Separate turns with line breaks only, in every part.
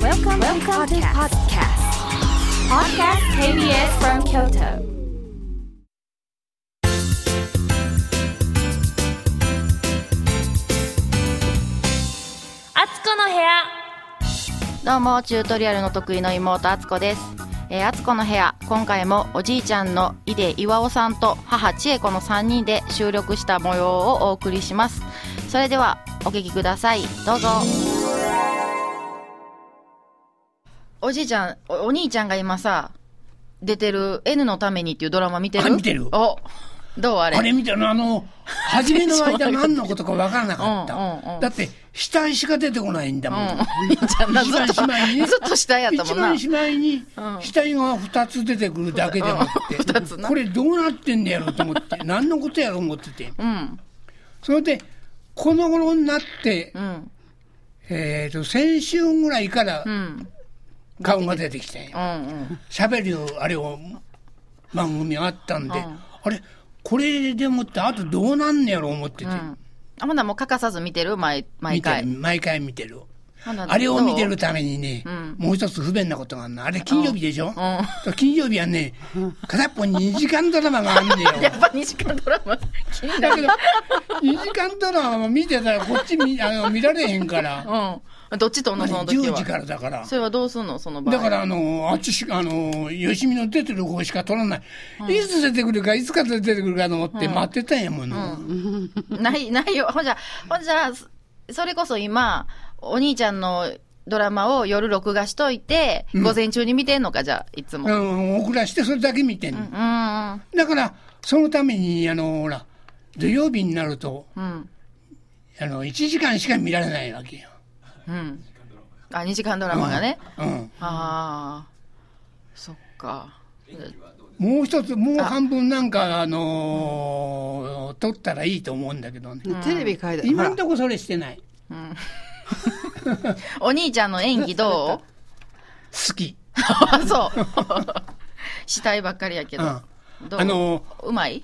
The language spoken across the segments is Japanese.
Welcome, Welcome to podcast. Podcast KBS from Kyoto.
あつこの部屋
どうもチュートリアルの得意の妹あつこです、えー、あつこの部屋今回もおじいちゃんの井出岩尾さんと母千恵子の3人で収録した模様をお送りしますそれではお聞きくださいどうぞおじいちゃんおお兄ちゃんが今さ出てる「N のために」っていうドラマ見てる
あ見てる
おどうあれ
あれみたいな、あの、初めの間何のことか分からなかっ
うんうんう
た。
ん
だって、死体しか出てこないんだもん。
うん、お 兄ちゃんなずっ
一
と
番しまいに
ずっと下やったも
一
んな
番しまいに、死体が二つ出てくるだけじゃなくて、
うん二つな
これどうなってんのやろうと 思って、何のことやろう思ってて。
うん
それで、この頃になって
う、ん
えっと、先週ぐらいから
うん
顔が出てきて
う、んうん
喋るあれを、番組があったんで、
うん
あれ、これでもって、あとどうなんのやろう思ってて。
うんあほなもう欠かさず見てる毎毎
見て
回
る毎回見てる。
ほな
あれを見て
どう
るためにね、
ん
もう一つ不便なことがあるの。あれ金曜日でしょ、
う
金曜日はね、片っぽ2時間ドラマがあるんだ よ。
やっぱ2時間ドラマ気にな
だけど、2時間ドラマ見てたらこっち見 あの見られへんから、
るうんどっちとんのその時は
10時からだから
そ。れはどうすんのその場合
だからあの、あっちしか、あの、よしみの出てる方しか撮らない。いつ出てくるか、いつか出てくるかと思って待ってたんやもの。
ないないよほんじゃほんじゃそそれこそ今お兄ちゃんのドラマを夜録画しといて、
うん
午前中に見てんのかじゃあいつも、うん、
うん、遅らしてそれだけ見てんの。
うん
だから、そのために、あの、ほら、土曜日になると、
うん
あの、1時間しか見られないわけよ。
うんあ2時間ドラマがね、
うん。
ああそっか
もう一つ、もう半分なんか、あのー撮ったらいいと思うんだけどね。
テレビ変えた
今ん
ほら
とこそれしてない。
お兄ちゃんの演技どう
好き。
あ そう。死体ばっかりやけ
う
ど。
ん。あ
どう
の
うまい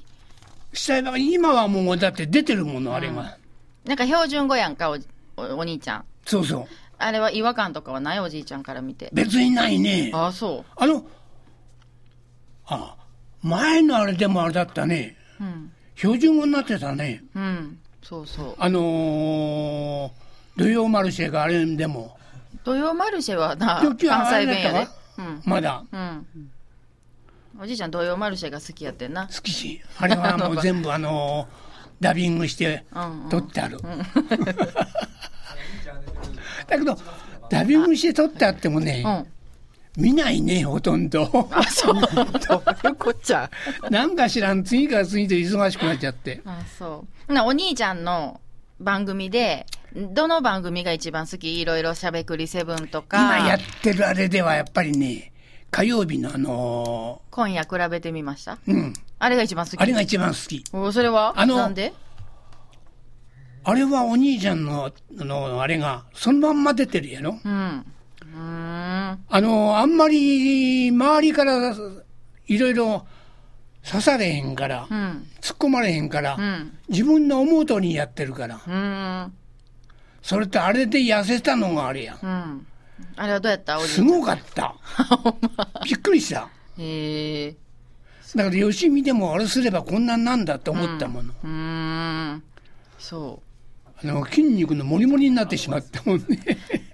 ー、したら今はもう、だって出てるもの、あれが。
なんか標準語やんか、おおお兄ちゃん。
そうそう。
あれは違和感とかはないおじいちゃんから見て。
別にないね。あ
ああ、そ
の、あ、前のあれでもあれだったね。
う。うん。
標準語になってたね。
うん。そうそう。
あのー、土曜マルシェがあれでも。
土曜マルシェはな、
今
関
日今日あ
西
れ
弁
だった
や
わ
ね。うん。
まだ
うん。おじいちゃん土曜マルシェが好きやってんな。
好きし、あれはもう全部あのダビングして
うんうん
撮ってある。 だけど、ダビングして撮ってあってもね
う、ん。
見ないね、ほとんど。
あ、そう。
どういうこっちゃ。
なんか知らん、次から次と忙しくなっちゃって。
あ、そう。な、お兄ちゃんの番組で、どの番組が一番好きいろいろしゃべくりセブンとか。
今やってるあれではやっぱりね、火曜日のあの
今夜比べてみました
ー、うん、
あれが一番好き
あれが一番好き。
おそれは
あの
なんで
あれはお兄ちゃんの、あの、あれが、そのまんま出てるやろ。
うんうーん
あの、あんまり周りからいろいろ刺されへんから、
うん
突っ込まれへんから、
うん
自分の思う通りにやってるから、
うーん
それとあれで痩せたのがあれや。
うんあれはどうやったおじ
す
い
ごかった。びっくりした。
へえ
だから、よしみでもあれすればこんなんなんだと思ったもの。
うーんそう
あの筋肉のモリモリになってしまったもん ね。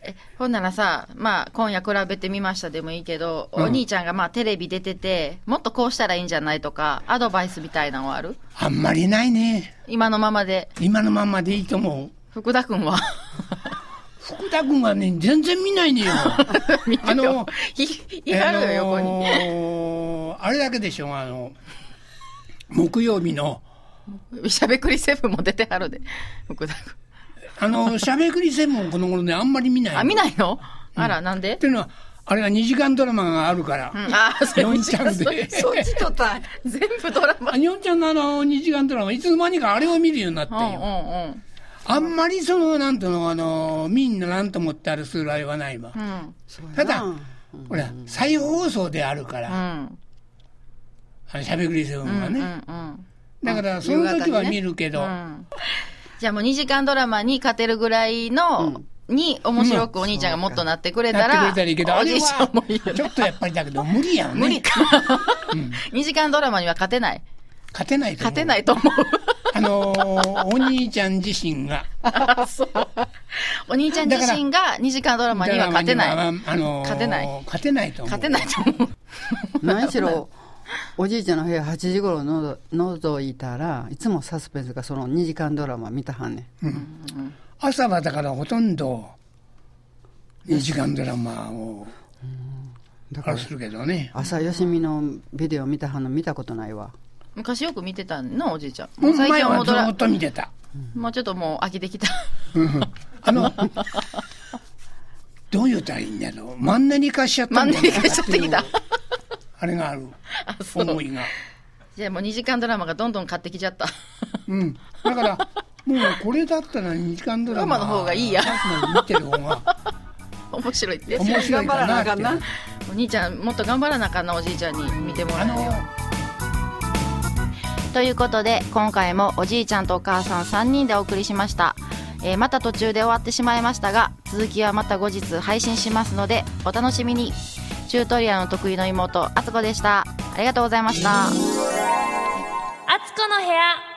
えほんならさ、まあ、今夜比べてみましたでもいいけど、
うん
お兄ちゃんがまあテレビ出てて、もっとこうしたらいいんじゃないとか、アドバイスみたいなのはある
あんまりないね。
今のままで、
今のままでいいと思う。
福田君は
福田君はね、全然見ないねよ。
見てよ
あの、
いいはるよ、横に。
あのーあれだけでしょ、あの、木曜日の、
しゃべくりセブンも出てはるで、福田君。
あの、しゃべくりセブンをこの頃ね、あんまり見ないの。
あ、見
い
ないのあら、なんで
っていうのは、あれは2時間ドラマがあるから、
ああ、それ
4チャ ン
それ
で。
そっちとた。
全部ドラマ。
あ4ちゃんのあの2時間ドラマ、いつの間に かあれを見るようになって
うん
よ。
うんうん。
あんまりその、なんとの、あの、みんななんと思ってあれするあれはないわ。
うん。
ただ、ほら、再放送であるか
う
ら、
ん。
あのしゃべくりセブンは
うん。う
ね。
ん。
だから、その時は見るけど、
うん。じゃあもう2時間ドラマに勝てるぐらいのに面白くお兄ちゃんがもっとなってくれたら、
やってくれたら
お
いいけど、あれ
じいちゃんもいいよ
は、ちょっとやっぱりだけど、無理やんね。
無理か。2時間ドラマには勝てない。
勝てないと思う。
勝てないと思う。
あのー、お兄ちゃん自身が、
そうお兄ちゃん自身が2時間ドラマには勝て
ド
な
ラ
い。
マにはあのー
勝てない
勝てないと思う。
勝てないと思う。
何しろおじいちゃんの部屋8時頃のぞのぞいたらいつもサスペンスがその2時間ドラマ見たはんね
朝はだからほとんど、2時間ドラマを、
んだ
あ
か
れ
ら
するけどね。
朝よしみのビデオ見たはんの見たことないわ
昔よく見てたの、おじいちゃん。
ほん
最
ま
近
や
はも
は
う
ず
ドラ
ーっと見てた。
もう ちょっともう飽きてきた。
あの、どう言うたらいいんやろマンネリ化しちゃった
マン
ん
ネ
だ
リ化しちゃってきた。
あれがある。
そう
思いが。
じゃあもう2時間ドラマがどんどん買ってきちゃった。
うん。だから、もうこれだったら2時間ドラマ。
ドラマの方がいいや
見てる方が
面白いって。
面白いかなって
頑張らなあかんな。
お兄ちゃんもっと頑張らなあかんなおじいちゃんに見てもら
あ
えるように
の、
ということで今回もおじいちゃんとお母さん3人でお送りしました、えーまた途中で終わってしまいましたが続きはまた後日配信しますのでお楽しみにチュートリアルの得意の妹あつこでしたありがとうございました
あつこの部屋